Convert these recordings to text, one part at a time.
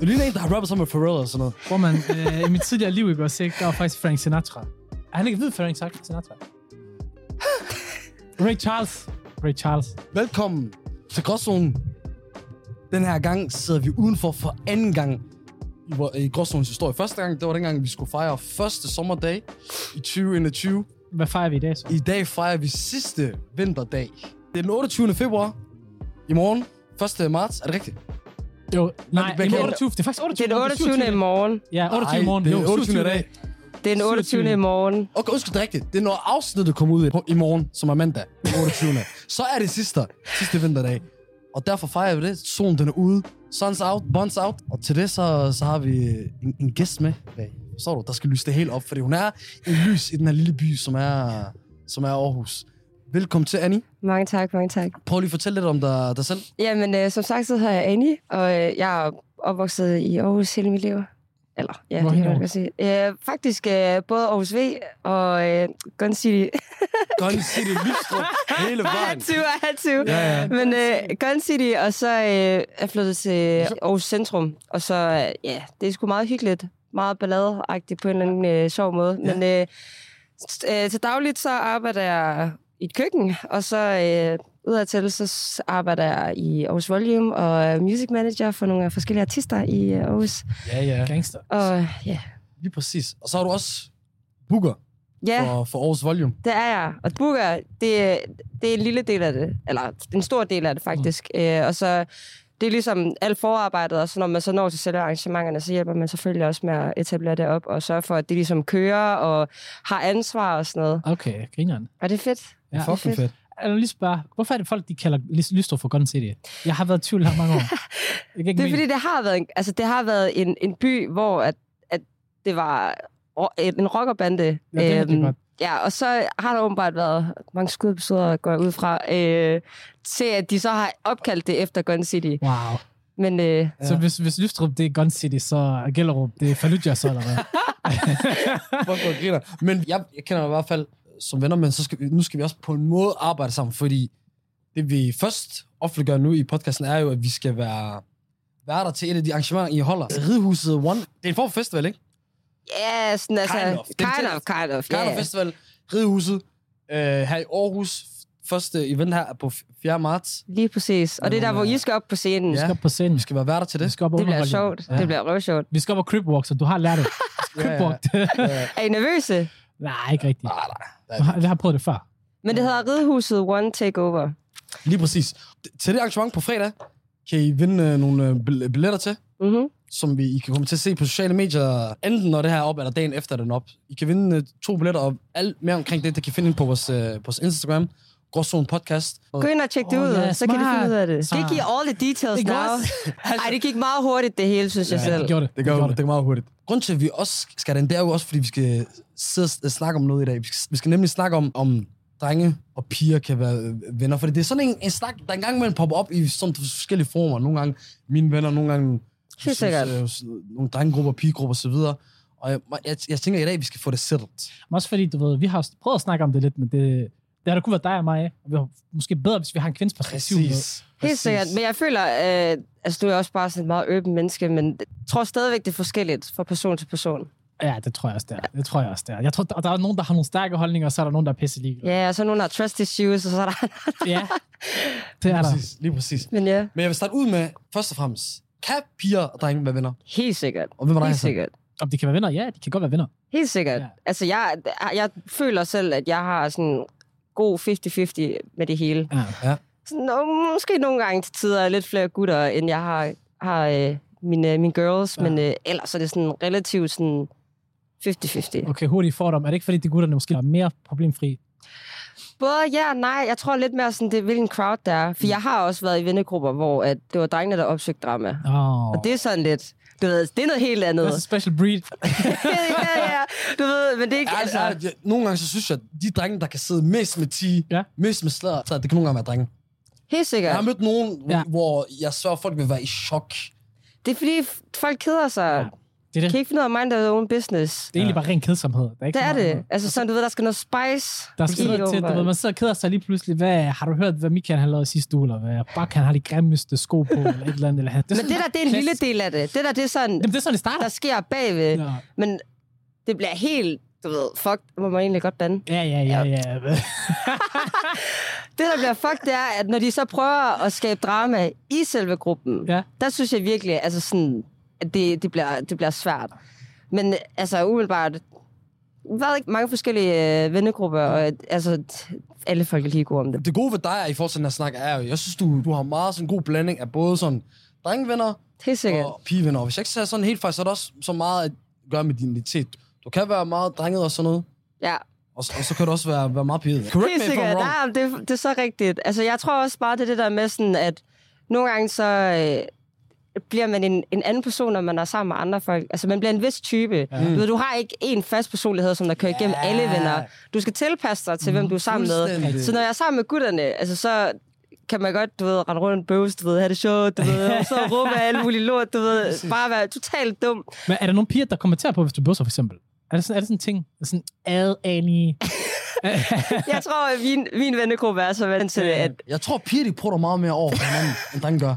Du ligner en, der har rappet sammen med Pharrell og sådan noget. Bror, man, øh, i mit tidligere liv i går, ikke, der var faktisk Frank Sinatra. Er han ikke ved Frank Sinatra? Ray Charles. Ray Charles. Velkommen til Gråzonen. Den her gang sidder vi udenfor for anden gang i, vor- i Gråzonens historie. Første gang, det var dengang, vi skulle fejre første sommerdag i 2021. Hvad fejrer vi i dag så? I dag fejrer vi sidste vinterdag. Det er den 28. februar. I morgen, 1. marts. Er det rigtigt? Jo, nej, det bliver det kaldt- 28. Det er faktisk 28. Det er den 28. i morgen. Ja, 28 i Ej, morgen. Det er Jo, 28. i 27. dag. Det er den 28. i morgen. Okay, undskyld, det er rigtigt. Det er når afsnittet kommer ud i, i morgen, som er mandag den 28. så er det sidste, sidste vinterdag. Og derfor fejrer vi det. Solen den er ude. Sun's out, buns out. Og til det, så, så har vi en, en gæst med. i dag. Forstår du? Der skal lyse det helt op, fordi hun er en lys i den her lille by, som er, som er Aarhus. Velkommen til, Annie. Mange tak, mange tak. Prøv lige at fortælle lidt om dig, dig selv. Jamen, øh, som sagt, så hedder jeg Annie, og øh, jeg er opvokset i Aarhus hele mit liv. Eller, ja, Hvor det i kan man godt sige. Øh, faktisk øh, både Aarhus V og øh, Gun City. Gun City, Lystrup, hele vejen. 20 20. Ja, ja. Men øh, Gun City, og så øh, er jeg flyttet til Aarhus Centrum. Og så, øh, ja, det er sgu meget hyggeligt. Meget balladeagtigt på en eller anden øh, sjov måde. Men øh, s- øh, til dagligt, så arbejder jeg i et køkken. Og så øh, udadtil, så s- arbejder jeg i Aarhus Volume og er music manager for nogle forskellige artister i øh, Aarhus. Ja, ja. Gangster. Og ja, Lige præcis. Og så har du også booker ja for, for Aarhus Volume. det er jeg. Og booker, det, det er en lille del af det. Eller en stor del af det, faktisk. Mm. Øh, og så det er ligesom alt forarbejdet, og så når man så når til selve arrangementerne, så hjælper man selvfølgelig også med at etablere det op, og sørge for, at det ligesom kører og har ansvar og sådan noget. Okay, grineren. Og det er fedt. Ja, fucking fedt. fedt. Jeg vil lige spørge, hvorfor er det folk, de kalder Lys- Lystrup for Gun City? Jeg har været i tvivl her mange år. Jeg kan ikke Det er mene- fordi, det har været en, altså, det har været en, en by, hvor at, at det var ro- en rockerbande. øhm, Ja, det er rigtig godt. ja, og så har der åbenbart været mange skudepisoder, går jeg ud fra, øh, til at de så har opkaldt det efter Gun City. Wow. Men øh, Så hvis, hvis Lystrup, det er Gun City, så er Gellerup, det er Fallujah, så eller hvad? Fuck, hvor griner. Men jeg, jeg kender dig i hvert fald som venner, men så skal vi, nu skal vi også på en måde arbejde sammen, fordi det vi først offentliggør nu i podcasten er jo, at vi skal være værter til et af de arrangementer, I holder. Ridehuset One. Det er en form for festival, ikke? ja, sådan altså... Kind of. Den Kind tæller- of, kind of. Garner yeah. Ja. Festival, Ridehuset, øh, her i Aarhus. Første event her er på f- 4. marts. Lige præcis. Og det er der, hvor I skal op på scenen. Ja. Vi skal op på scenen. Vi skal være værter til Vi det. skal op og Det bliver underholde jer. sjovt. Det bliver røvsjovt. Vi skal op og cribwalk, så du har lært det. Cribwalk. Er I nervøse? Nej, ikke rigtigt. Nej, nej. Du har- Jeg har prøvet det før. Men det hedder Ridhuset One Takeover. Lige præcis. D- Til det arrangement på fredag kan I vinde øh, nogle øh, bill- billetter til. Mm-hmm. som vi, I kan komme til at se på sociale medier, enten når det her er op, eller dagen efter den er op. I kan vinde øh, to billetter, og alt mere omkring det, det kan I finde inde på vores, øh, på vores Instagram, Gråzone Podcast. Og Gå ind og tjek det Åh, ud, ja, så kan du finde ud af det. smart. Skal ikke give all the details Ikke now? også? Ej, det gik meget hurtigt, det hele, synes jeg Ja, selv. det gjorde det. det gør det, det går meget hurtigt. Grunden til, at vi også skal den, det er jo også, fordi vi skal sidde og s- øh, snakke om noget i dag. Vi skal, vi skal nemlig snakke om, om drenge og piger kan være øh, venner. Fordi det er sådan en, en snak, der engang imellem popper op i sådan forskellige former. Nogle gange mine venner, nogle gange Helt sikkert. øh, s- nogle drengegrupper, pigegrupper osv. Og jeg, jeg, jeg tænker i dag, vi skal få det settled. Men også fordi, du ved, vi har også prøvet at snakke om det lidt, men det, det har da kun været dig og mig, og vi har måske bedre, hvis vi har en kvindes perspektiv. med. Helt sikkert, men jeg føler, øh, altså du er også bare sådan et meget åben menneske, men jeg tror stadigvæk, det er forskelligt fra person til person. Ja, det tror jeg også, det er. Det tror jeg også, det er. Jeg tror, der, der er nogen, der har nogle stærke holdninger, og så er der nogen, der er pisse ligeglade. Ja, og så er nogen, der har trust issues, og så er der... Ja, det er Lige der. præcis, lige præcis. Men ja, Men jeg vil starte ud med, først og fremmest, kan piger og drenge være venner? helt sikkert. Og hvem er dig? Helt sikkert. Om de kan være venner? Ja, de kan godt være venner. Helt sikkert. Ja. Ja. Altså, jeg, jeg føler selv, at jeg har sådan god 50-50 med det hele. Ja. Sådan, og måske nogle gange til tider lidt flere gutter, end jeg har, har øh, mine, mine girls, Ja. ja. men øh, ellers er det sådan relativt sådan 50-50. Okay, hurtigt fordom. Er det ikke fordi, de gutterne måske er mere problemfri? Både ja og nej. Jeg tror lidt mere sådan, det er, hvilken crowd der er. Mm. For jeg har også været i vennegrupper, hvor at det var drengene, der opsøgte drama. Oh. Og det er sådan lidt... Du ved, det er noget helt andet. That's a special breed. ja, ja, du ved, men det er ikke... Ærligt, Altså, ærligt, jeg, nogle gange så synes jeg, at de drenge, der kan sidde mest med ti, Ja. ja. mest med slader, så det kan nogle gange være drenge. helt Ja. Jeg har sikkert. mødt nogen, Ja. ja. hvor jeg sørger, at folk vil være i chok. Det er fordi, f- folk keder sig. Det er det. Kan I ikke finde ud af mind their own business? Det er egentlig bare ren kedsomhed. Der er, ikke Det så er meget det. andet. Altså sådan, du ved, der skal noget spice Der skal noget til, du ved, man sidder og keder sig lige pludselig. Hvad, har du hørt, hvad Mikan har lavet sidste uge, eller hvad? Bak, han har de grimmeste sko på, eller et eller andet. Eller, han- Men det der, det er en lille del af det. Det der, det er sådan, Jamen, det er sådan, det starter. der sker bagved. Nå. Men det bliver helt, du ved, fuck, må man egentlig godt bande. Ja, ja, ja, ja. Det, der bliver fuck, det er, at når de så prøver at skabe drama i selve gruppen, Ja. der synes jeg virkelig, altså sådan, at det, det, bliver, det bliver svært. Men altså umiddelbart, været ikke mange forskellige øh, vennegrupper, og øh, altså, t- alle folk er lige gode om det. Det gode ved dig er, i forhold til den her snak, er jo, jeg synes, du, du har meget sådan en god blanding af både sådan drengvenner Helt sikkert. og pigevenner. Og hvis jeg ikke ser sådan helt faktisk, så er det også så meget at gøre med din identitet. Du kan være meget drenget og sådan noget, Ja. og, og så kan du også være, være meget piget. Helt sikkert. Nej, men det, det er så rigtigt. Altså, jeg tror også bare, det er det der med sådan, at nogle gange så øh, bliver man en, en anden person, når man er sammen med andre folk. Altså, man bliver en vis type. Ja. Du, ved, du har ikke en fast personlighed, som der kører igennem Ja. alle venner. Du skal tilpasse dig til, hvem du er sammen med. fuldstændig. Så når jeg er sammen med gutterne, altså, så kan man godt, du ved, rende rundt bøvs, du ved, have det sjovt, du ved, og så råbe af alt muligt lort, du ved, bare være totalt dum. Men er der nogle piger, der kommenterer på, hvis du bøsser, for eksempel? Er det sådan, er det sådan en ting? Er det sådan, ad, Annie? Jeg tror, at min, min vennegruppe er så vant til, at Jeg tror, piger de prutter meget mere over for hinanden, end drenge gør.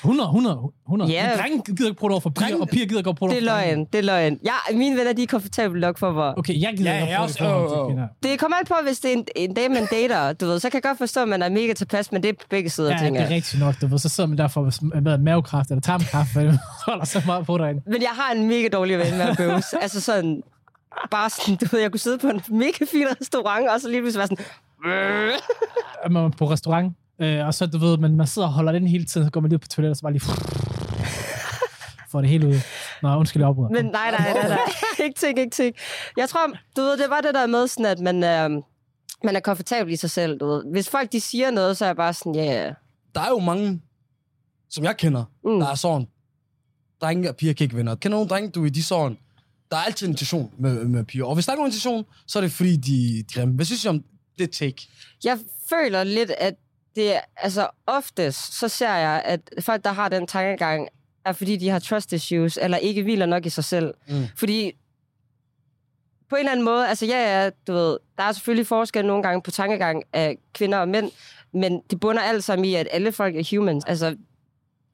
100, 100, 100. Ja. Yeah. Drenge gider ikke bruge det over for piger, Drenge- og piger gider godt bruge det det er over for drenge. løgn, det er løgn. Ja, mine venner, de er komfortable nok for mig. Okay, jeg gider Ja, ikke jeg bruge det også- over for åh, åh. kvinder. Det kommer an på, hvis det er en, en dame, man dater, du ved, så kan jeg godt forstå, at man er mega tilpas, men det er på begge sider, Ja, ja, tænker det er jeg. rigtigt nok. Du ved, så sidder man derfor med mavekræft eller tarmkræft, og holder så meget på derinde. Men jeg har en mega dårlig ven med at bøves. altså sådan, bare sådan, du ved, jeg kunne sidde på en mega fin restaurant, og så lige pludselig være sådan, at man er på restaurant, øh, og så, du ved, man, man sidder og holder den hele tiden, så går man lige ud på toilettet, og så bare lige... Får det hele ud. Nå, undskyld, jeg afbryder. men nej, nej, nej, nej, ikke ting, ikke ting. Jeg tror, du ved, det var det der med sådan, at man, øh, man er komfortabel i sig selv, du ved. Hvis folk, de siger noget, så er jeg bare sådan, ja, yeah. Der er jo mange, som jeg kender, Mm. mm. der er sådan, drenge og piger kan ikke venner. Kender nogle drenge, du er i de sådan, der er altid en intention med, med piger. Og hvis der ikke er nogen intention, så er det fordi, de, de er grimme. Hvad synes I om det take? Jeg føler lidt, at det er- altså oftest, så ser jeg, at folk, der har den tankegang, er fordi, de har trust issues, eller ikke hviler nok i sig selv. Mm. Fordi på en eller anden måde, altså ja, ja, du ved, der er selvfølgelig forskel nogle gange på tankegang af kvinder og mænd, men det bunder alt sammen i, at alle folk er humans. Altså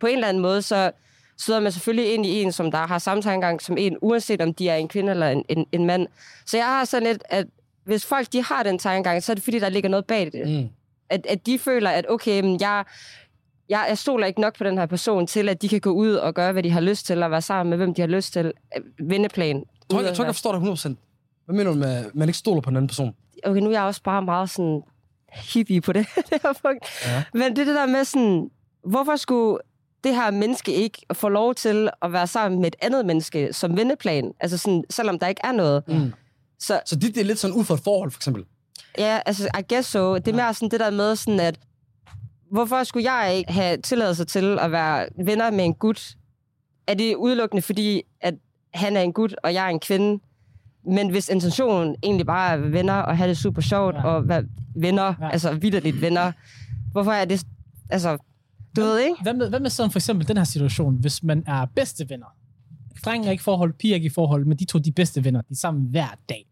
på en eller anden måde, så sidder man selvfølgelig ind i en, som der har samme tankegang som en, uanset om de er en kvinde eller en, en, en mand. Så jeg har sådan lidt, at hvis folk de har den tankegang, så er det fordi, der ligger noget bag det Mm. at, at de føler, at okay, men jeg, jeg, jeg stoler ikke nok på den her person til, at de kan gå ud og gøre, hvad de har lyst til, og være sammen med, hvem de har lyst til. Øh, Venneplan. Jeg tror ikke, jeg, tror ikke, jeg forstår dig 100%. Hvad mener du med, at man ikke stoler på en anden person? Okay, nu er jeg også bare meget sådan hippie på det, det her punkt. Ja. Men det er det der med sådan, hvorfor skulle det her menneske ikke få lov til at være sammen med et andet menneske som venneplan? Altså sådan, selvom der ikke er noget. Mm. Så Så det, det er lidt sådan ud for et forhold, for eksempel. Ja, altså, I guess so. Det er mere sådan det der med, sådan at, hvorfor skulle jeg ikke have tilladelse til at være venner med en gut? Er det udelukkende, fordi at han er en gut, og jeg er en kvinde? Men hvis intentionen egentlig bare er at være venner, og have det super sjovt, Ja. ja. og være venner, Ja. ja. altså vidderligt venner, hvorfor er det, altså, du ved ikke? Hvad med, hvad med sådan for eksempel den her situation, hvis man er bedste venner? Drenge er ikke i forhold, piger er ikke i forhold, men de to de er bedste venner. De er sammen hver dag.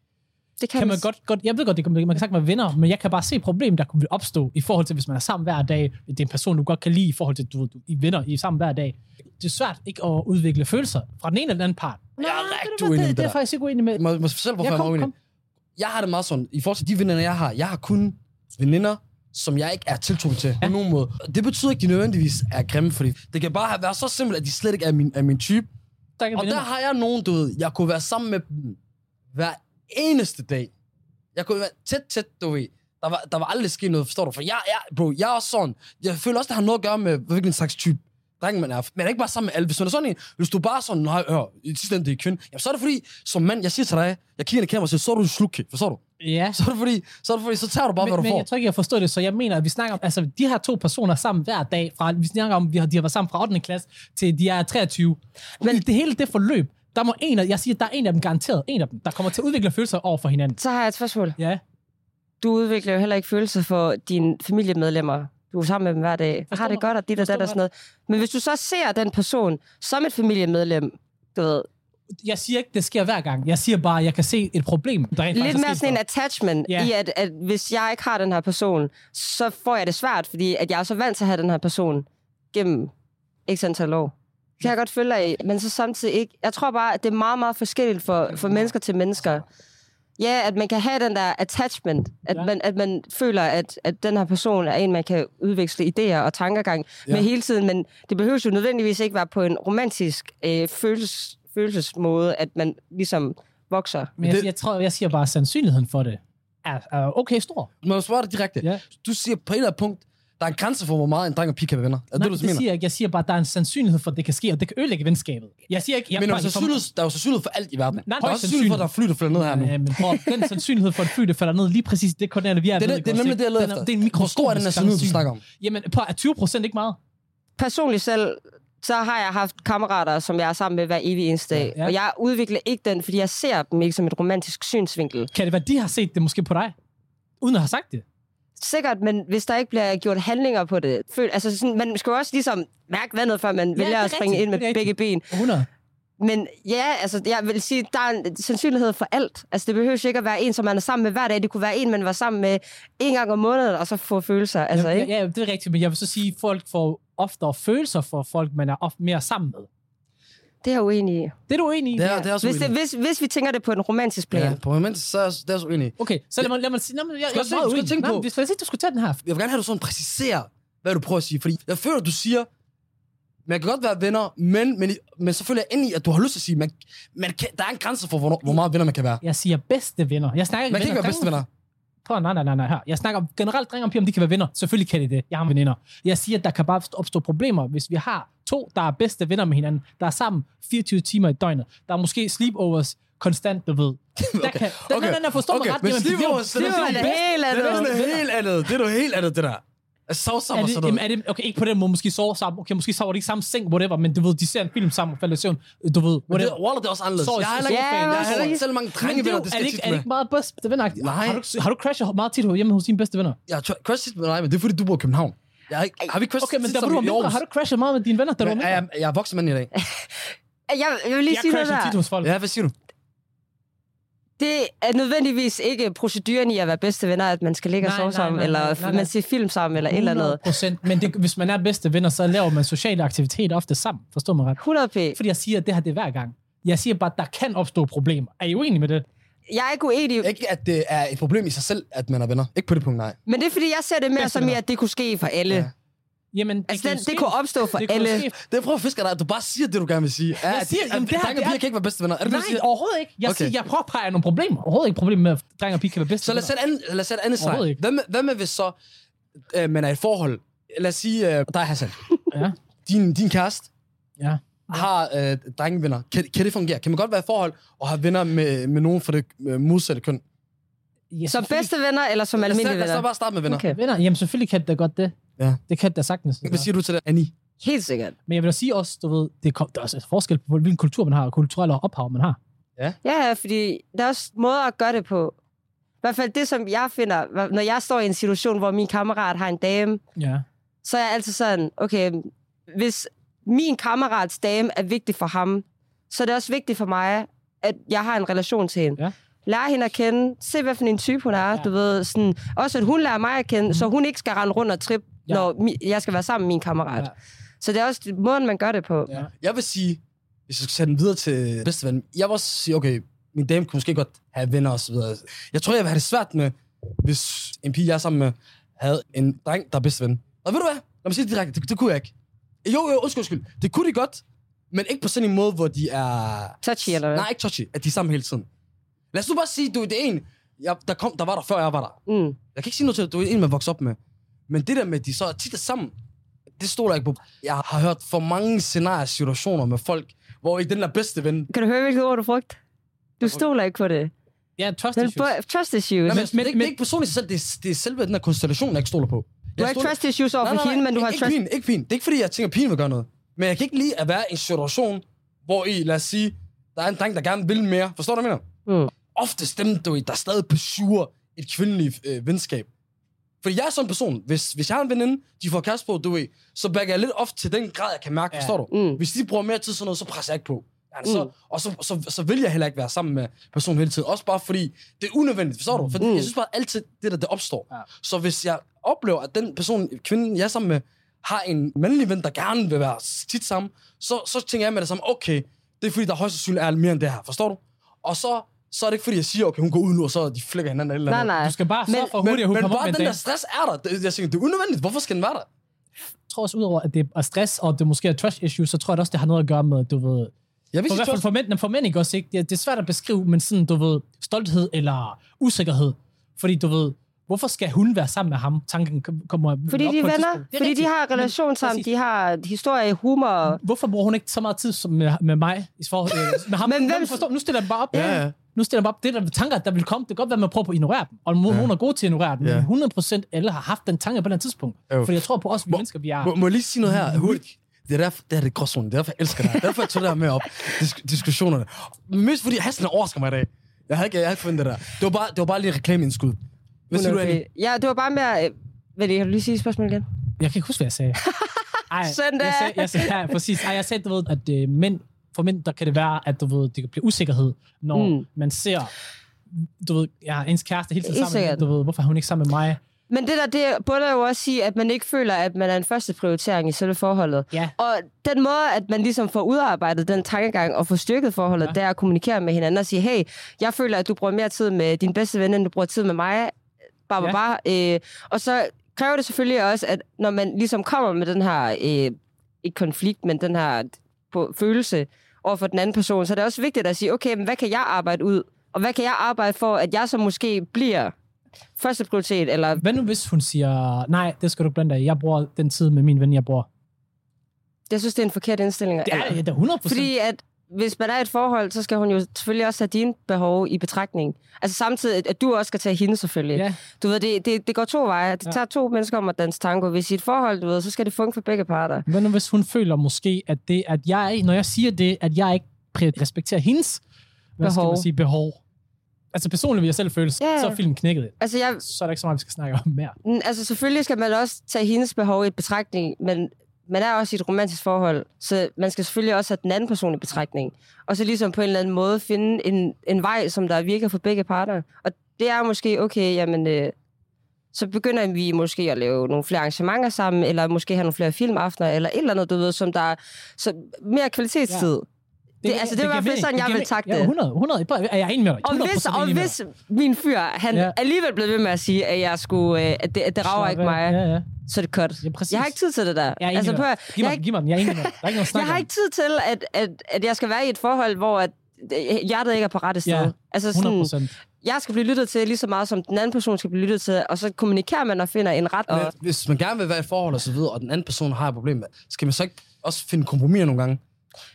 Det Kan man godt, godt jeg ved godt, det kan, man kan sagt være venner, men jeg kan bare se problemet, der kunne opstå i forhold til, hvis man er sammen hver dag. Det er en person, du godt kan lide i forhold til, du, ved, du I er venner i er sammen hver dag. Det er svært ikke at udvikle følelser fra den ene eller den anden part. Jeg rigtig det, uenig med det, det det er der. faktisk ikke uenig med. Må, må selv, hvorfor Ja, jeg kom, er uenig. kom. Jeg har det meget sådan, i forhold til de veninder, jeg har, jeg har kun veninder, som jeg ikke er tiltrukket til på nogen måde. Og Det betyder ikke, at de nødvendigvis er grimme, fordi det kan bare have været så simpelt, at de slet ikke er min, er min type. Der kan Og der har jeg nogen, du ved, jeg kunne være sammen med dem hver eneste dag. Jeg kunne være tæt, tæt, du ved. Der var, der var aldrig sket noget, forstår du? For jeg, jeg, bro, jeg er også sådan. Jeg føler også, det har noget at gøre med, hvilken slags type dreng man er. Man er ikke bare sammen med alle. Hvis man er sådan en, hvis du bare er sådan, nej, hør, i sidste ende, det er kvinde. Jamen, så er det fordi, som mand, jeg siger til dig, jeg kigger ind i kameraet og siger, så er du en slukke, forstår du? ja. Så er det fordi, så, er det fordi, så tager du bare, men, hvad men, du men får. jeg tror ikke, jeg forstår det, så jeg mener, at vi snakker om, altså de her to personer sammen hver dag, fra, vi snakker om, vi har, de har været sammen fra 8. klasse til de er 23. Men I det hele det forløb, der må en af, jeg siger, der er en af dem garanteret, en af dem, der kommer til at udvikle følelser over for hinanden. Så har jeg et spørgsmål. Ja, Du udvikler jo heller ikke følelser for dine familiemedlemmer. Du er sammen med dem hver dag. Forstår har det mig. godt, og dit og Forstår dat og sådan noget. Men hvis du så ser den person som et familiemedlem, du ved, jeg siger ikke, det sker hver gang. Jeg siger bare, at jeg kan se et problem, der rent Lidt faktisk er mere sket sådan en noget. attachment Ja. yeah. i, at, at hvis jeg ikke har den her person, så får jeg det svært, fordi at jeg er så vant til at have den her person gennem x antal år. Det kan jeg godt følge dig i, men så samtidig ikke. Jeg tror bare, at det er meget, meget forskelligt for, for mennesker til mennesker. Ja, at man kan have den der attachment, at, Ja. man, at man føler, at, at den her person er en, man kan udveksle idéer og tankegang Ja. ja. med hele tiden, men det behøver jo nødvendigvis ikke være på en romantisk øh, følelses, følelsesmåde, at man ligesom vokser. Men jeg, Det- jeg, tror, jeg siger bare, at sandsynligheden for det er, er okay stor. Når jeg spørger dig direkte, Ja. du siger på et eller andet punkt, der er en grænse for, hvor meget en dreng og pige kan være venner. Er det, Nej, du det, så mener? siger jeg ikke. Jeg siger bare, at der er en sandsynlighed for, at det kan ske, og det kan ødelægge venskabet. Jeg siger ikke... Jeg Men der er, jo bare- sandsynlighed, der er jo sandsynlighed for alt i verden. Nej, der er der er ikke også sandsynlighed for, at der er fly, der flytter ned her nu. Ja, men prøv, den sandsynlighed for, at fly, det falder ned, lige præcis det koordinater, vi er Det er, ved, det, det ikke er også, nemlig det, ikke? jeg leder Den er- efter. Det er en Hvor stor er den her sandsynlighed, du snakker om? Jamen, prøv, er 20 procent ikke meget? personligt selv, så har jeg haft kammerater, som jeg er sammen med hver evig eneste dag. Ja, ja. Og jeg udvikler ikke den, fordi jeg ser dem ikke som et romantisk synsvinkel. Kan det være, de har set det måske på dig? Uden at have sagt det? Sikkert, men hvis der ikke bliver gjort handlinger på det, føl, altså sådan, man skal jo også ligesom mærke vandet, før man det vælger er at springe rigtigt, ind med det er begge rigtigt. ben. 100. Men ja, altså, jeg vil sige, der er en sandsynlighed for alt. Altså, det behøver ikke at være en, som man er sammen med hver dag. Det kunne være en, man var sammen med en gang om måneden, og så få følelser. Altså, ja, ikke? ja, det er rigtigt, men jeg vil så sige, at folk får oftere følelser for folk, man er ofte mere sammen med. Det er jeg uenig i. Det er du enig i? Det er, det er også Hvis, det, uenig. hvis, hvis vi tænker det på en romantisk plan. Ja, på moment, så er jeg- det er jeg så uenig. Okay, så lad mig... Lad mig, sige- Nå, men jeg, jeg, Skal jeg, jeg jeg, se- skal jeg jeg, tænke på- jeg, jeg, jeg, jeg, du skulle tage den her. Jeg vil gerne have, at du sådan præciserer, hvad du prøver at sige. Fordi jeg føler, at du siger, man kan godt være venner, men, men, men så føler jeg ind i, at du har lyst til at sige, man, man kan, der er en grænse for, hvor, hvor meget venner man kan være. Jeg siger bedste venner. Jeg snakker ikke Man kan ikke være bedste venner. Prøv, nej, nej, nej, nej, her. Jeg snakker om- generelt drenge og piger, om de kan være venner. Selvfølgelig kan de det. Jeg har veninder. Jeg siger, at der kan bare opstå problemer, hvis vi har to, der er bedste venner med hinanden, der er sammen 24 timer i døgnet. Der er måske sleepovers konstant, du ved. Der kan, der, okay. Den, der forstår mig ret. men jamen, det er jo- sleepovers, det det er er noget jo Det er bedst- helt Det er andet. noget helt andet. Det er noget helt andet, det der. Altså, er Savsam og det, sådan jamen, noget. er det, okay, ikke på den måde, måske sover sammen. Okay, måske sover de ikke samme seng, whatever, men du ved, de ser en film sammen og falder i søvn. Du ved, Men det, whatever. Waller, det er også anderledes. Sorry, Jeg har heller ikke, sorry. jeg har Ja, heller ikke sorry. selv mange Men det, er drengevenner, jo- det er, skal det jeg ikke, tit er det med. ikke meget bedste venneragtigt? Nej. Har du, har du crashet meget tit hjemme hos dine bedste venner? Jeg har crashet tit med dig, men det er fordi, du bor i København. Jeg har, ikke, har vi crashet Okay, men tit der var du sammen var i mindre. Aarhus? Har du crashet meget med dine venner, da du var Men mindre? er jeg, jeg er voksen mand i dag. Jeg, jeg vil lige jeg sige noget crasher der. tit hos folk. Ja, hvad siger du? Det er nødvendigvis ikke proceduren i at være bedste venner, at man skal ligge og Nej, sove nej, sammen, nej, eller nej, nej, nej. man ser film sammen, eller et eller andet. 100%, men det, hvis man er bedste venner, så laver man sociale aktiviteter ofte sammen. Forstår man ret? 100 p. Fordi jeg siger, at det her det er hver gang. Jeg siger bare, at der kan opstå problemer. Er I uenige med det? Jeg er ikke uenig, Ikke, at det er et problem i sig selv, at man er venner. Ikke på det punkt, nej. men det er fordi, jeg ser det mere Bedste som i, venner. at det kunne ske for alle. Ja. Jamen, det Altså, kan den, jo det ske. kunne opstå for Det kan jo alle. ske. Det jeg prøver at fiske dig, at du bare siger det, du gerne vil sige. Ja, at, siger- at, jamen, det her- drenge og det er- piger kan ikke være bedste venner. Er det, det, du Nej, siger? overhovedet ikke. Jeg, Okay. okay. siger, jeg påpeger nogle problemer. Overhovedet ikke problemer med, at drenge og piger kan være bedste Så lad os venner. sætte anden, lad os sætte andet Overhovedet scenarie. ikke. Hvad, med- hvad med hvis så øh, man er i et forhold? Lad os sige, øh, dig Hassan. Ja. Din, din kæreste Ja. har øh, drengevenner. Kan, kan det fungere? Kan man godt være i forhold og have venner med, med nogen fra det øh, modsatte køn? ja Som bedste venner, eller Altså, som Lad os, lad, almindelige lad os da venner. bare starte med venner. Okay. Okay. venner. Jamen, selvfølgelig kan det da godt det. Ja. Det kan det da sagtens. det Hvad gør. siger du til det, Annie? Helt sikkert. Men jeg vil da sige også, du ved, det kom, der er også forskel på, hvilken kultur man har, og kulturelle ophav man har. Ja, ja, fordi der er også måder at gøre det på. I hvert fald det, som jeg finder, hva- når jeg står i en situation, hvor min kammerat har en dame, Ja. så er jeg altid sådan, okay, hvis min kammerats dame er vigtig for ham, så er det også vigtigt for mig, at jeg har en relation til hende. Ja. Lære hende at kende, se hvad for en type hun er, Ja. ja. du ved, sådan, også at hun lærer mig at kende, mm. så hun ikke skal rende rundt og trip, Ja. ja. når mi- jeg skal være sammen med min kammerat. Ja. Ja. Så det er også måden, man gør det på. Ja. Ja. Jeg vil sige, hvis jeg skal sætte den videre til bedste ven, jeg vil også sige, okay, min dame kunne måske godt have venner og så videre. Jeg tror, jeg vil have det svært med, hvis en pige, jeg er sammen med, havde en dreng, der er bedste ven. Og ved du hvad? Lad mig sige det direkte. Det, det kunne jeg ikke. Jo, jo, undskyld, undskyld. Det kunne de godt, men ikke på sådan en måde, hvor de er... Touchy, eller hvad? Nej, ikke touchy. At de er sammen hele tiden. Lad os nu bare sige, du er det en, jeg, der, kom, der var der, før jeg var der. Mm. Jeg kan ikke sige noget til, at du er en, man vokser op med. Men det der med, at de så tit er sammen, det stoler jeg ikke på. Jeg har hørt for mange scenarier situationer med folk, hvor ikke den der bedste ven... Kan du høre, hvilket ord du brugte? Du stoler ikke på det. Ja, trust Men issues. bu- trust issues. Nej, men, men, altså, Men, det, er ikke- det er ikke personligt i sig selv, det er, det er selve den der konstellation, jeg ikke stoler på. du Jeg har ikke stoler- trust issues over Nej, nej, for nej, hende, men du har ikke, trust... Pin, ikke pin. Det er ikke fordi, jeg tænker, at pigen vil gøre noget. Men jeg kan ikke lide at være i en situation, hvor I, lad os sige, der er en dreng, der gerne vil mere. Forstår du, hvad jeg mener? Mm. Oftest dem, du, ved, der stadig besure et kvindeligt øh, venskab. Fordi jeg er sådan en person. Hvis, hvis jeg har en veninde, de får kæreste på, du ved, så backer jeg lidt oft til den grad, jeg kan mærke, Ja. ja. forstår du? Mm. Hvis de bruger mere tid sådan noget, så presser jeg ikke på. Altså, så, og så, så, så vil jeg heller ikke være sammen med personen hele tiden. Også bare fordi, det er unødvendigt, forstår du? Fordi Mm. jeg synes bare altid, det der, det opstår. Ja. Så hvis jeg oplever, at den person, kvinden, jeg er sammen med, har en mandlig ven, der gerne vil være tit sammen, så, så tænker jeg med det samme, okay, det er fordi, der højst sandsynligt er mere end det her, forstår du? Og så, så er det ikke fordi, jeg siger, okay, hun går ud nu, og så de flækker hinanden eller et eller andet. Nej, nej. Du skal bare sørge Men- for Men, hurtigt, at hun men kommer op bare med den en der dame. stress er der. Det- Jeg tænker, det er unødvendigt. Hvorfor skal den være der? Jeg tror også, udover at det er stress, og det måske er trash issues, så tror jeg også, det har noget at gøre med, du ved, Jeg for, i hvert fald for mænd, for mænd ikke også, ikke? Det, det er svært at beskrive, men sådan, du ved, stolthed eller usikkerhed. Fordi du ved, hvorfor skal hun være sammen med ham? Tanken kom- kommer Fordi op de på er et venner. tidspunkt. Det er Fordi rigtigt, de har men- relation sammen. præcis. Mm. De har historie, humor. Hvorfor bruger hun ikke så meget tid som med, med mig? I forhold, øh, med ham? Men hvem- Nå, forstår, du? nu stiller jeg dem bare op. Ja, ja. Nu stiller jeg dem op. Det der tanker, der vil komme, det kan godt være, man prøver på at ignorere dem. Og hun, Ja. hun er god til at ignorere dem. Ja. Men 100% alle har haft den tanke på den tidspunkt. Jo. Fordi jeg tror på os, vi Må- mennesker, vi er... Må, må jeg lige sige noget her? Hurtigt. Det er derfor, det er det gråzone. Det er derfor, jeg elsker det her. Det er derfor, jeg tog det her med op. Disk- diskussionerne. Mest fordi Hassan overrasker mig i dag. Jeg havde ikke, jeg havde ikke forventet det der. Det var bare, det var bare lige et reklameindskud. Hvad siger du, Annie? Ja, det var bare mere... øh, Hvad det, kan du lige sige spørgsmålet igen? Jeg kan ikke huske, hvad jeg sagde. Ej, Søndag. Jeg sagde, jeg sagde, ja, præcis. Ej, jeg sagde, du ved, at øh, mænd, for mænd, der kan det være, at du ved, det kan blive usikkerhed, når Mm. mm. man ser, du ved, ja, ens kæreste hele tiden Helt sammen med, sikkert. du ved, hvorfor er hun ikke sammen med mig? Men det der, det bunder jo også i, at man ikke føler, at man er en første prioritering i selve forholdet. Ja. Og den måde, at man ligesom får udarbejdet den tankegang og får styrket forholdet, ja. Ja. det er at kommunikere med hinanden og sige, hey, jeg føler, at du bruger mere tid med din bedste ven, end du bruger tid med mig. Bare, bare, Ja. bare. Øh, og så kræver det selvfølgelig også, at når man ligesom kommer med den her, øh, ikke konflikt, men den her på, følelse over for den anden person, så er det også vigtigt at sige, okay, men hvad kan jeg arbejde ud? Og hvad kan jeg arbejde for, at jeg så måske bliver første prioritet, eller Hvad nu, hvis hun siger, nej, det skal du ikke blande dig i. Jeg bruger den tid med min ven, jeg bruger. Jeg synes, det er en forkert indstilling. at- Det er, det er 100 Fordi at hvis man er i et forhold, så skal hun jo selvfølgelig også have dine behov i betragtning. Altså samtidig, at- at du også skal tage hende selvfølgelig. Ja. Du ved, det, det, det går to veje. Det Ja. tager to mennesker om at danse tango. Hvis i et forhold, du ved, så skal det funke for begge parter. Hvad nu, hvis hun føler måske, at, det, at jeg, når jeg siger det, at jeg ikke pri- respekterer hendes hvad skal Behov. man sige, behov? Altså personligt vil jeg selv føle, Ja, ja. yeah. så er filmen knækket. Altså, jeg, Så er der ikke så meget, vi skal snakke om mere. n- altså selvfølgelig skal man også tage hendes behov i betragtning, men man er også i et romantisk forhold, så man skal selvfølgelig også have den anden person i betragtning. Og så ligesom på en eller anden måde finde en, en vej, som der virker for begge parter. Og det er måske, okay, jamen, øh, så begynder vi måske at lave nogle flere arrangementer sammen, eller måske have nogle flere filmaftener, eller et eller andet, du ved, som der så mere kvalitetstid. Det, det, altså, det, det var giver i hvert fald mening. sådan, jeg giver vil takte mening. det. Ja, 100, 100, Bare- er jeg enig med dig. Og 100 hvis, enig og med dig. hvis min fyr, han Ja. ja. alligevel blev ved med at sige, at, jeg skulle, øh, at, det, at det rager ikke mig, Ja, ja. så er det cut. ja præcis. Jeg har ikke tid til det der. Altså, Jeg er enig med prøv, at- Giv jeg, mig, har den, ikke, giv mig den. Jeg er enig med dig. Der er ikke noget at jeg snakke har om. ikke tid til, at, at, at jeg skal være i et forhold, hvor at øh, hjertet ikke er på rette sted. Ja, altså 100 sådan, jeg skal blive lyttet til lige så meget, som den anden person skal blive lyttet til, og så kommunikerer man og finder en ret. Og, Men hvis man gerne vil være i et forhold og så videre, og den anden person har et problem med, skal man så ikke også finde kompromiser nogle gange?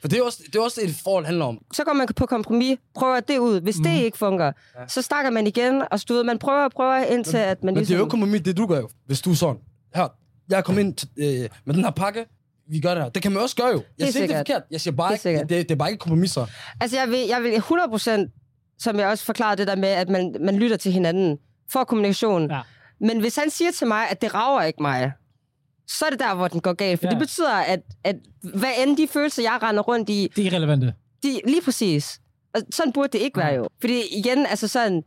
For det er jo også det, er også det et forhold handler om. så går man på kompromis, prøver det ud. Hvis mm. det ikke fungerer, ja. så snakker man igen, og så, du ved, man prøver og prøver, indtil at man Men det er jo ligesom... ikke kompromis, det du gør jo. Hvis du er sådan, her, jeg er kommet ind til, øh, med den her pakke, vi gør det her. Det kan man også gøre jo. Jeg er siger ikke, det er sikkert. forkert. Jeg siger bare, Det er ikke, sikkert. det, det er bare ikke kompromiser. Altså, jeg vil, jeg vil 100 som jeg også forklarede det der med, at man, man lytter til hinanden for kommunikation. Ja. Men hvis han siger til mig, at det rager ikke mig, så er det der, hvor den går galt. For ja. Ja. det betyder, at, at hvad end de følelser, jeg render rundt i, Det er irrelevant. det. de, lige præcis. Og sådan burde det ikke være jo. Fordi igen, altså sådan,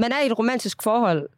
man er i et romantisk forhold.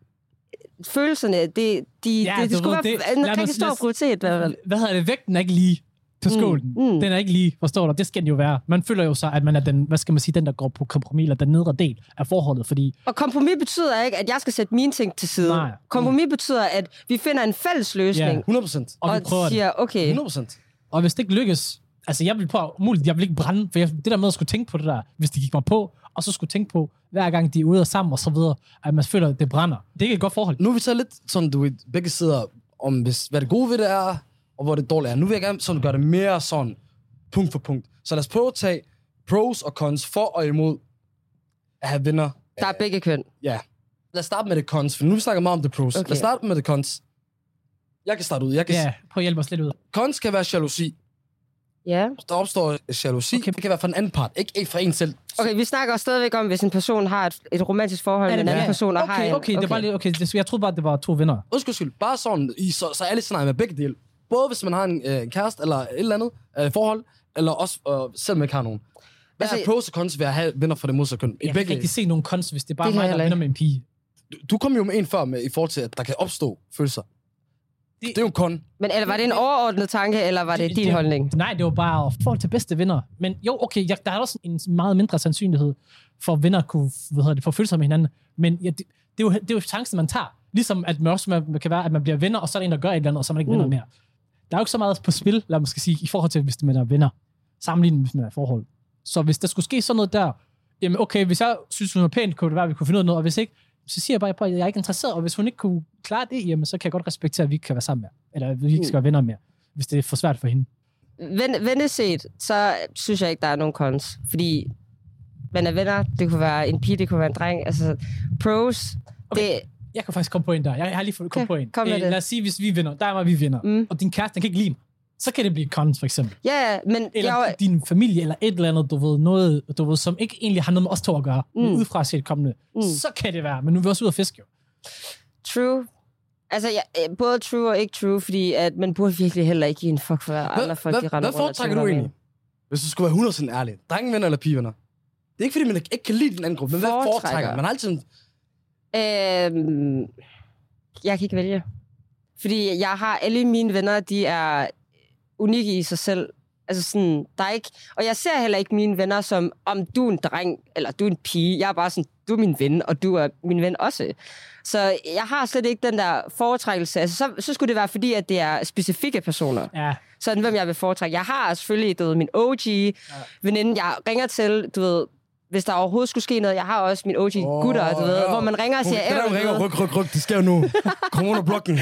Følelserne, det, de, Ja, ja, det, du det skulle ved, være det- det, en lad rigtig os- lad stor os- prioritet. i hvert fald. Hvad hedder det? Vægten er ikke lige til Mm, skålen. mm. Den er ikke lige, forstår du? Det skal den jo være. Man føler jo så, at man er den, hvad skal man sige, den, der går på kompromis, eller den nedre del af forholdet, fordi Og kompromis betyder ikke, at jeg skal sætte mine ting til side. Nej. Mm. Kompromis betyder, at vi finder en fælles løsning. Ja. 100 procent. og, vi prøver og det. siger, okay, 100 procent. Og hvis det ikke lykkes, altså jeg vil prøve, muligt, jeg vil ikke brænde, for jeg, det der med at skulle tænke på det der, hvis det gik mig på, og så skulle tænke på, hver gang de er ude og sammen og så videre, at man føler, at det brænder. Det er ikke et godt forhold. Nu er vi så lidt sådan, du ved, begge sider om, hvis, hvad det gode ved det er, og hvor det dårlige er. Nu vil jeg gerne sådan gøre det mere sådan, punkt for punkt. Så lad os prøve at tage pros og cons for og imod at have venner. der er begge køn. Ja. Lad os starte med det cons, for nu snakker vi meget om det pros. Okay. Okay. Lad os starte med det cons. Jeg kan starte ud. Jeg kan yeah. Ja, prøv at hjælpe os lidt ud. Cons kan være jalousi. Ja. Der opstår jalousi. Okay. Okay. Det kan være fra den anden part, ikke, ikke fra en selv. Okay, vi snakker stadigvæk om, hvis en person har et, et romantisk forhold med en anden person, og okay, har okay, en, okay, det var bare lidt, okay, det, jeg troede bare, det var to venner. Undskyld, undskyld. Bare sådan, I, så, så alle snakker med begge dele. Både hvis man har en øh, kæreste eller et eller andet øh, forhold, eller også øh, selvom man ikke har nogen. Hvad Altså, er pros og cons ved at have venner fra det modsatte køn? I Jeg kan ikke begge, rigtig se nogen kunst, hvis det er bare Det det kan mig, jeg der heller minder med en pige. du, du kom jo med en før med, i forhold til, at der kan opstå følelser. Det, det er jo en kon. Men eller var det en overordnet tanke, eller var det Det- din det- holdning? Nej, det var bare forhold til bedste venner. Men jo, okay, jeg, der er også en meget mindre sandsynlighed for, at venner kunne hvad hedder det, få følelser med hinanden. Men ja, det, det, er jo, det er jo chancen, man tager. Ligesom at man også man, man kan være, at man bliver venner, og så er der en, der gør et eller andet, og så er man ikke Mm. venner mere. Der er jo ikke så meget på spil, lad mig skal sige, i forhold til, hvis man er venner, sammenlignet med, hvis man er i forhold. Så hvis der skulle ske sådan noget der, jamen okay, hvis jeg synes, hun er pæn, kunne det være, at vi kunne finde ud af noget, og hvis ikke, så siger jeg bare, at jeg er ikke interesseret, og hvis hun ikke kunne klare det, jamen så kan jeg godt respektere, at vi ikke kan være sammen mere, eller at vi ikke skal være venner mere, hvis det er for svært for hende. Ven, venneset, så synes jeg ikke, der er nogen cons. Fordi man er venner, det kunne være en pige, det kunne være en dreng. Altså, pros, okay. Okay. det, Jeg kan faktisk komme på en der. Jeg, jeg har lige fået Okay, komme på en. Øh, kom med det. lad os sige, hvis vi vinder, der er mig, vi vinder, Mm. mm. og din kæreste den kan ikke lide mig, så kan det blive cons for eksempel. ja, ja, men Eller jeg, din familie, eller et eller andet, du ved, noget, du ved, som ikke egentlig har noget med os to at gøre, mm. Mm. men udefra set kommende, Mm. mm. så kan det være. Men nu er vi også ude at fiske jo. true. Altså, jeg, øh, både true og ikke true, fordi at man burde virkelig heller ikke give en fuck for, hvad andre folk de hvad, render hvad rundt og foretrækker tænker du om en. egentlig? Hvis du skulle være 100% ærlig. Drengevenner eller pigevenner? Det er ikke, fordi man ikke kan lide den anden gruppe, men hvad Foretrækker. foretrækker? Man har altid... Øhm, jeg kan ikke vælge. Fordi jeg har alle mine venner, de er unikke i sig selv. Altså sådan, der er ikke... Og jeg ser heller ikke mine venner som, om du er en dreng, eller du er en pige. Jeg er bare sådan, du er min ven, og du er min ven også. Så jeg har slet ikke den der foretrækkelse. Altså, så, så skulle det være fordi, at det er specifikke personer Ja, sådan, hvem jeg vil foretrække. Jeg har selvfølgelig, du ved, min OG-veninde, jeg ringer til, du ved, hvis der overhovedet skulle ske noget. Jeg har også min OG-gutter, du ved, hvor man ringer og siger, Det der, man "Ey, ringer, du ved." ryk, ryk, ryk, det sker jo nu. Kom under blokken.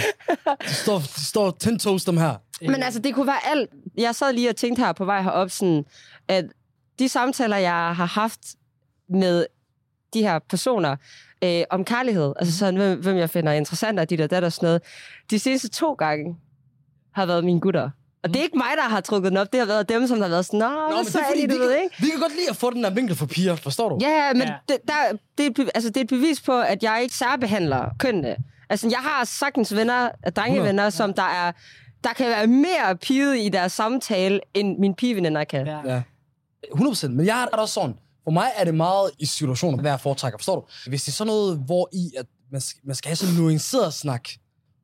De står, de står 10 toes dem her. men altså, det kunne være alt. Jeg sad lige og tænkte her på vej herop, sådan, at de samtaler, jeg har haft med de her personer øh, om kærlighed, altså sådan, hvem, hvem jeg finder interessant og dit og dat og sådan noget, de seneste to gange har været mine gutter. Og det er ikke mig, der har trukket den op. Det har været dem, som har været sådan, Nå, Mhm. Nå men så er det, du vi, ved, kan, ikke? vi kan godt lide at få den der vinkel for piger, forstår du? Ja, ja, men Ja. Det, der, det, er et, be- altså, det er et bevis på, at jeg ikke særbehandler kønnene. Altså, jeg har sagtens venner, drengevenner, som der er der kan være mere piget i deres samtale, end min pigeveninder kan. Ja. Ja. 100%, men jeg har det også sådan. For mig er det meget i situationer, hvad jeg foretrækker, forstår du? Hvis det er sådan noget, hvor i, at man skal, man skal have sådan en nuanceret snak,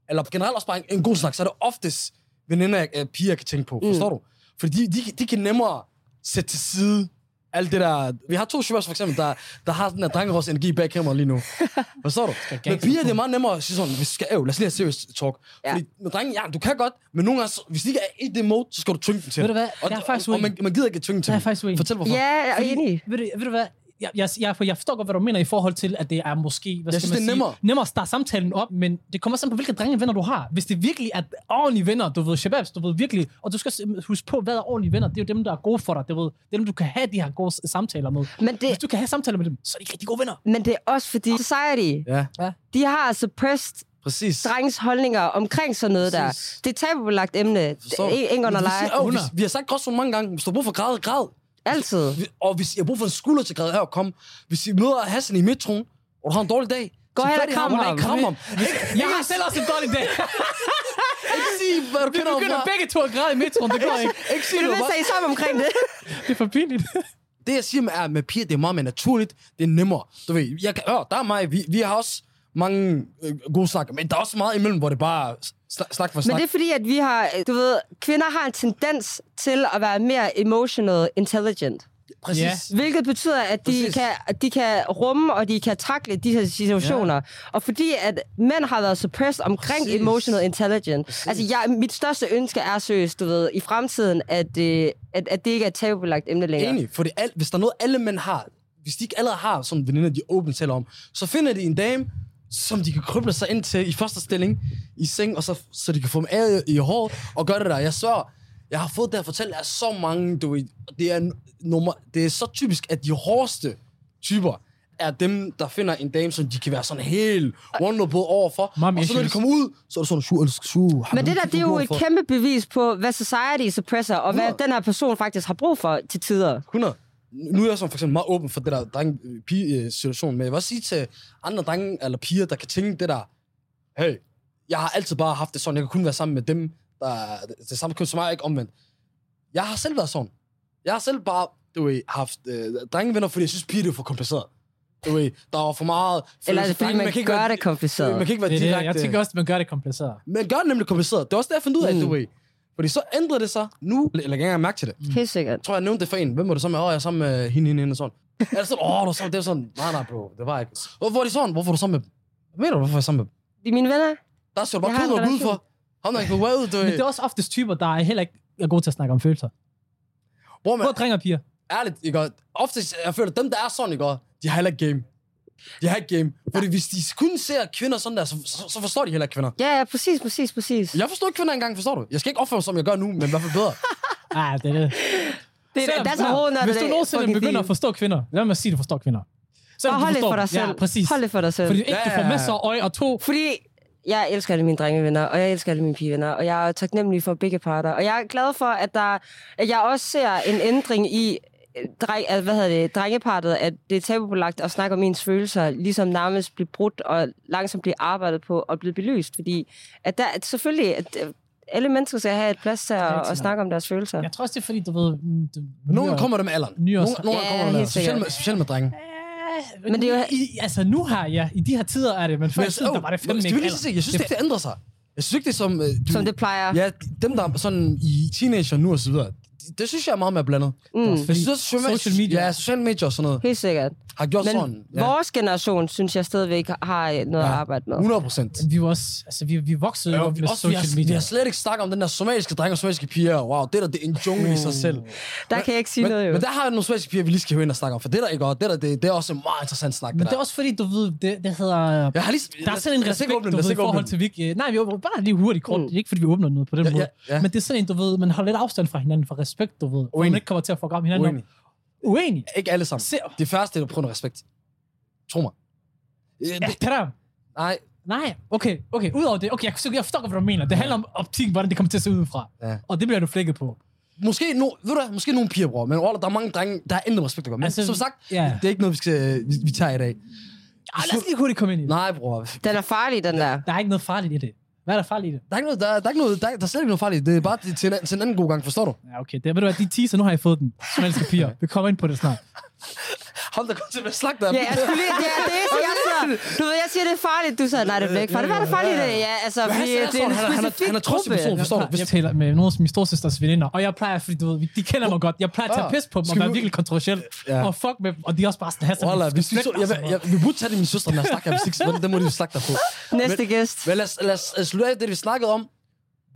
eller generelt også bare en, en god snak, så er det oftest veninder, jeg- øh, piger, jeg kan tænke Mm. på, forstår du? Fordi de, de, de kan nemmere sætte til side alt det der... Vi har to shovers for eksempel, der, der har den der drengerås energi bag kameraet lige nu. Forstår du? Men piger, det er meget nemmere at sige sådan, hvis du skal, øh, lad os lige have serious talk. Ja. Ja. Fordi med drenge, ja, du kan godt, men nogle gange, så- hvis de ikke er i det mode, så skal du tynge dem til. Ved du hvad? Og, Jeg er faktisk og, og uenig. man, man gider ikke tynge til Jeg er dem. faktisk uenig. Fortæl hvorfor. Ja, jeg er Fordi- enig. Ved du, ved du hvad? Jeg, jeg, jeg, jeg forstår godt, hvad du mener i forhold til, at det er måske... Hvad Jeg skal synes, man det er sige, nemmere. nemmere at starte samtalen op, men det kommer sådan på, hvilke drengevenner du har. Hvis det virkelig er ordentlige venner, du ved, shababs, du ved virkelig... Og du skal sim- huske på, hvad er ordentlige venner. Det er jo dem, der er gode for dig. Du ved, det er dem, du kan have de her gode s- samtaler med. Men, Hvis det, du kan have samtaler med dem, så er de rigtig gode venner. men det er også fordi society, Ja, de har altså suppressed præcis. drenges holdninger omkring sådan noget Præcis. der. Det er et tabubelagt emne. E- Forstår du? Ingen under Men vi leje. siger, "Åh, vi- Vi har sagt gråzonen mange gange. Hvis du har brug for græd, græd. Altid. Vi- Og hvis jeg har brug for en skulder til græd, her kom. Hvis I møder Hassan i metroen, og du har en dårlig dag, Gå så hen og fat i kram og ham. Kram ham. Jeg har selv også en dårlig dag. Ikke sig, hvad du Vi kender ham begynder fra. begge to at græde i metroen. Det går ikke. Ikke sig, Men du hvad var. sagde I sammen omkring det? Det er for pinligt. Det, jeg siger med, er, med piger, det er meget mere naturligt. Det er nemmere. Du ved, jeg kan, øh, der er mig. Vi, vi har også mange øh, gode snakker, men der er også meget imellem, hvor det bare er snak, snak for Men snak. det er fordi, at vi har, du ved, kvinder har en tendens til at være mere emotional intelligent. præcis. Ja. Hvilket betyder, at de Præcis. kan, at de kan rumme, og de kan takle de her situationer. Ja. Og fordi at mænd har været suppressed omkring Præcis. Præcis. emotional intelligence. Præcis. Altså, jeg, mit største ønske er seriøst, du ved, i fremtiden, at, øh, at, at det ikke er et tabubelagt emne længere. Enig, for det er alt, hvis der er noget, alle mænd har, hvis de ikke allerede har sådan en veninde, de åbent taler om, så finder de en dame, som de kan kryble sig ind til i første stilling i seng, og så, så de kan få dem ad i håret og gøre det der. Jeg sørger, jeg har fået det at fortælle af så mange, du ved, og det er, n- nummer, det er så typisk, at de hårdeste typer er dem, der finder en dame, som de kan være sådan helt wonderful overfor. Mom og så når de issues. kommer ud, så er det sådan, sju, elsker, sju. Men det der, det er jo et kæmpe bevis på, hvad society suppresser, og hvad 100. den her person faktisk har brug for til tider. 100. Nu er jeg som for eksempel meget åben for det der øh, drenge-pige-situation, men jeg vil også sige til andre drenge eller piger, der kan tænke det der, hey, jeg har altid bare haft det sådan, jeg kan kun være sammen med dem, der er det, det samme køn som mig, ikke omvendt. Jeg har selv været sådan. Jeg har selv bare, du ved, haft øh, drengevenner, fordi jeg synes, piger det er for kompliceret. Du ved, der var for meget... Eller er følelse- det, fordi drenge, man kan ikke gør være- det kompliceret? Man kan ikke være Det er det. direkte. Jeg tænker også, at man gør det kompliceret. Men gør det nemlig kompliceret. Det er også derfor, jeg fandt ud af, mm. Mm. du ved. Fordi så ændrede det sig. Nu lægger jeg ikke engang mærke til det. Helt sikkert. Jeg tror, jeg nævnte det for en. Hvem var du sammen med? Åh, jeg er sammen med hende, hende, hende og sådan. Er det sådan, åh, du er sammen, det er sådan. Nej, nej, bro, det var ikke. Hvorfor er de sådan? Hvorfor er du sammen med dem? Hvad mener du, hvorfor er jeg sammen med dem? De er mine venner. Der skal du bare Jeg har kød en og gå ud for. relation. Ham, der ikke kunne være ud, du Men det ved. er også oftest typer, der er heller ikke er gode til at snakke om følelser. Bror, man, Både drenge og piger. ærligt, ikke? og Oftest, jeg føler, dem, der er sådan, ikke? og De har heller ikke game. De har ikke game. Fordi hvis de kun ser kvinder sådan der, så, så, så forstår de heller ikke kvinder. Ja, ja, præcis, præcis, præcis. Jeg forstår ikke kvinder engang, forstår du? Jeg skal ikke opføre, som jeg gør nu, men i hvert fald bedre. Ah, det er det. Det, Selvom- that's a whole nother Hvis du day, nogensinde fucking begynder thing. at forstå kvinder, lad mig sige, at du forstår kvinder. Så Selvom du hold det forstår for dig dem. selv. Ja, præcis. Hold det for dig selv. Fordi Fordi... ikke, du Ja, får ja, ja. masser af øje, og to, jeg elsker alle mine drengevenner, og jeg elsker alle mine pigevenner, og jeg er taknemmelig for begge parter. Og jeg er glad for, at, der, at jeg også ser en ændring i øh, dreng, altså, hvad hedder det, drengepartet, at det er tabubelagt at snakke om ens følelser, ligesom nærmest blive brudt og langsomt blive arbejdet på og blive belyst. Fordi at der, at selvfølgelig, at øh, alle mennesker skal have et plads til er at, rigtigt at nok. snakke om deres følelser. Jeg tror også, det er fordi, du ved... mm, det- Nogle nyere- kommer det med alderen. Nyere- Nogle, nogle Ja, kommer det med helt alderen. Specielt med, sikkert. specielt med drenge. Ja, Men det er jo- I, altså nu her, ja. I de her tider er det, men før i tiden, der var det fandme skal vi ikke lige alder. sige, jeg synes Det ikke, det ændrer sig. Jeg synes ikke, det er som... Øh, du, Som det plejer. Ja, dem, der er sådan i teenager nu og så videre, det, det synes jeg er meget mere blandet. Mm, Jeg synes, også, social, Social media. Ja, social media og sådan noget helt sikkert. har gjort Men sådan. Ja, vores generation, synes jeg stadigvæk, har noget at arbejde med. 100 procent. Vi var også... Altså, vi, vi voksede jo Ja, op vi, med også, vi, social har, vi media. har slet ikke snakket om den der somaliske dreng og somaliske piger. Wow, det der, det er en jungle i Mm. sig selv. Der kan jeg ikke sige Men, noget, jo. men der har vi nogle somaliske piger, vi lige skal høre ind og snakke om, for det der ikke godt. Det der, det, det er også en meget interessant snak. Men det det er der. også fordi, du ved, det, det hedder... Jeg har lige, Der er sådan en lad os respekt, ikke åbne den, du lad os ved, i ikke åbne forhold den. til, vi ikke... Nej, vi åbner bare lige hurtigt kort. Mm. Det er ikke, fordi vi åbner noget på den Ja, måde. ja, ja. Men det er sådan en, du ved, man holder lidt afstand fra hinanden, for respekt, du ved. Hvor man Uenig. ikke kommer til at fuck op hinanden. Uenig. Uenig. Ikke alle sammen. Se, De færreste, der prøver noget respekt. Tro mig. Øh, ja, det, det er der. nej, Nej, okay, okay. Udover det, okay, jeg, jeg forstår godt, hvad du mener. Det handler om optikken, hvordan det kommer til at se ud fra. Ja. Og det bliver du flækket på. måske, no, ved du, hvad, måske nogle piger, bror, men Roller, der er mange drenge, der er intet respekt at gøre. Men altså, Altså, som sagt, ja. det er ikke noget, vi, skal, vi, vi tager i dag. Ej, lad os lige hurtigt komme ind i det. Nej, bror. Der Den er farlig, den der. Der er ikke noget farligt i det. Hvad er der farligt i det? er, ikke noget, der, er- der er ikke noget, der, er- der er slet ikke noget farligt. Det er bare til, til, en, til en anden god gang, forstår du? Ja, okay. Det, ved du hvad, de teaser, nu har jeg fået den. Svenske piger. Vi kommer ind på det snart. Ham, der kommer til at være slagt der. Ja, jeg skulle lige, ja, det er så, jeg siger. Du ved, jeg siger, det er farligt. Du sagde, nej, det er ikke farligt. Hvad er det farligt? i det? Ja, altså, Men han fordi siger det er sådan, en han er- han er- specifik han er trodsig gruppe. person. Jeg, Forstår du? plejer, Hvis- jeg taler med nogle af min storsøsters veninder, og jeg plejer, fordi du ved, de kender mig godt, jeg plejer at tage Ah, pis på dem og skal vi være ud- virkelig kontroversiel. Ja. Og fuck med dem, Altså, og de er også bare sådan, her, Roller, hvis vi, så, jeg, jeg, jeg, vi burde tage det min søster, når jeg snakker, hvis ikke, den- den må de slagte dig på. Næste gæst. Men lad os, lad os, lad os slutte af det, vi snakkede om.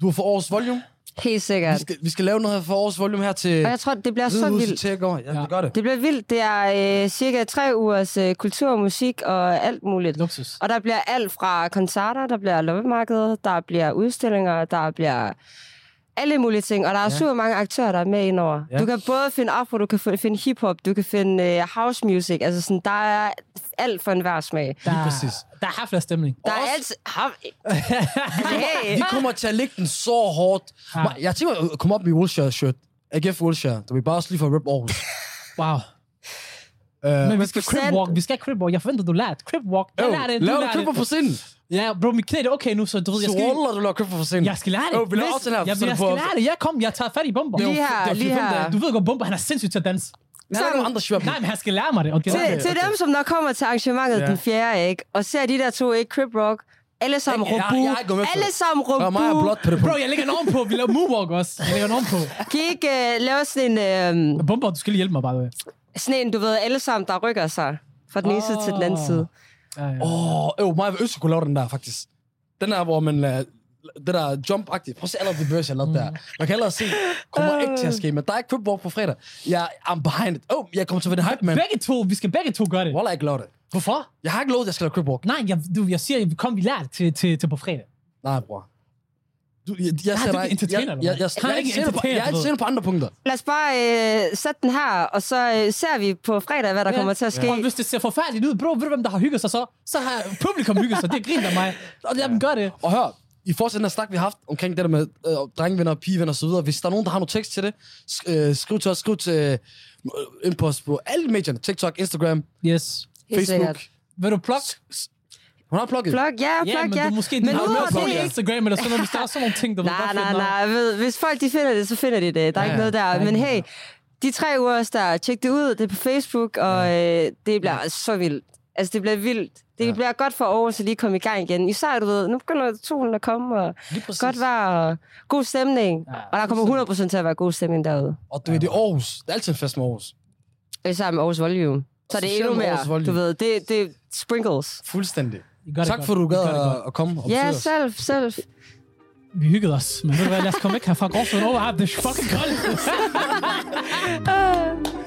Du har for årets volume. Helt Vi sikkert. skal, vi skal lave noget her for årets volume her til... Og jeg tror, det bliver så Hvidehuset vildt. til at gå. Ja, Ja. det gør det. Det bliver vildt. Det er øh, cirka tre ugers øh, kultur, musik og alt muligt. Luksus. Og der bliver alt fra koncerter, der bliver loppemarked, der bliver udstillinger, der bliver alle mulige ting. Og der er ja. super mange aktører, der er med indover. Ja. Ja. Du kan både finde afro, du kan fi- finde hiphop, du kan finde øh, house music. Altså sådan, der er alt for enhver smag. Der, præcis. der er hafler stemning. Der er også- altid... Hav... Hey. Vi kommer til at lægge den så hårdt. Ja. Ma- Jeg tænker at komme op i Wilshire-shirt. AGF Wilshire. Du vil bare også lige for at rip Aarhus. Wow. Øh, Men vi skal procent- crib walk. Vi skal crib walk. Jeg forventer, du lærte crib walk. Jeg Øv, lærer det, du lav lærer køber det. på sinden. Ja, bro, mit knæ det er okay nu, så du ved, Så jeg skal, roller du laver køber på sinden. jeg skal lære det. Øv, vi laver Hvis- aftalen her, jeg, så er jeg det skal på- lære det. Jeg kom, jeg tager fat i bomber. Lige her, lige her. Du ved godt, bomber, han er sindssygt til at danse. Så er der andre svært. Nej, men han skal lære mig det. Okay. Til, okay. til dem, som der kommer til arrangementet altså. Ja. ja. den fjerde, ikke? Og ser de der to, ikke? Crip Rock. Alle sammen Ikke, jeg- robu. jeg er ikke med på Alle det. sammen Der er mig og robu. blot på det Bro, punkt. jeg ligger en på. Vi laver moonwalk også. Jeg ligger en på. Kan I ikke uh, lave sådan en, uh, Bomber, du skal lige hjælpe mig bare. sådan en, du ved, alle sammen, der rykker sig fra den ene side til den Ah. anden Åh. side? Ja, ja. Åh, øv, mig og Øst kunne lave den der, faktisk. Den der, hvor man lader det der jump-agtigt. Prøv at se alle de børs, jeg lavede Mm. der. Man kan allerede se, kommer ikke til at ske, men der er ikke købt på fredag. Jeg er behind it. Åh, oh, jeg kommer til at være det hype, man. Begge to, vi skal begge to gøre det. Wallah, jeg ikke lave det. Hvorfor? Jeg har ikke lovet, at jeg skal lave cribwalk. Nej, jeg, du, jeg siger, vi kom, vi lærer det til, til, til på fredag. Nej, bror. Du, jeg, jeg, Nej, ser du er dig- entertainer, jeg, eller jeg, jeg, jeg, hvad? Han er jeg, ikke ikke på, entertainer, jeg er du ved. ikke på andre punkter. Lad os bare øh, sætte den her, og så øh, ser vi på fredag, hvad der ja. kommer til at ske. Og hvis det ser forfærdeligt ud, bro, ved du, hvem der har hygget sig så? Så har publikum hygget sig. Det griner af mig. Og lad dem gøre det. Og hør, i forhold til den her snak, vi har haft omkring det der med øh, drengevenner og pigevenner osv., hvis der er nogen, der har noget tekst til det, sk- øh, skriv til os, skriv til øh, indpost på alle medierne, TikTok, Instagram, Yes. Helt Facebook. sikkert. Vil du plukke? Hun har plukket. Plug, ja, Ja, plug, men ja. du måske men lige har udover noget på det, ikke? Instagram eller sådan noget, hvis der er sådan nogle ting, der var Nej, godt nej, fedt, nå. nej. Ved- Hvis folk de finder det, så finder de det. Der Ja, er ikke noget der der. er Men ikke hey, noget de tre uger også der, tjek det ud. Det er på Facebook, og øh, det bliver så vildt. Altså, det bliver vildt. Det Ja. bliver godt for Aarhus at lige komme i gang igen. Især, du ved, nu begynder solen at komme, og Lige præcis. godt vejr, og god stemning. Ja, Og der kommer 100% til at være god stemning derude. Og du ved, det er Aarhus. Det er altid en fest med Aarhus. Og Især med Aarhus Volume. Så Og det er specielt endnu med mere, Aarhus Volume. du ved, det, det er sprinkles. Fuldstændig. I gør det Tak godt. for, at du I gør gad det godt. at- at komme og besøge Ja, os. selv, selv. Vi hyggede Ah, os, men ved du hvad, lad os komme væk herfra. Gårdsveden over, det er fucking koldt.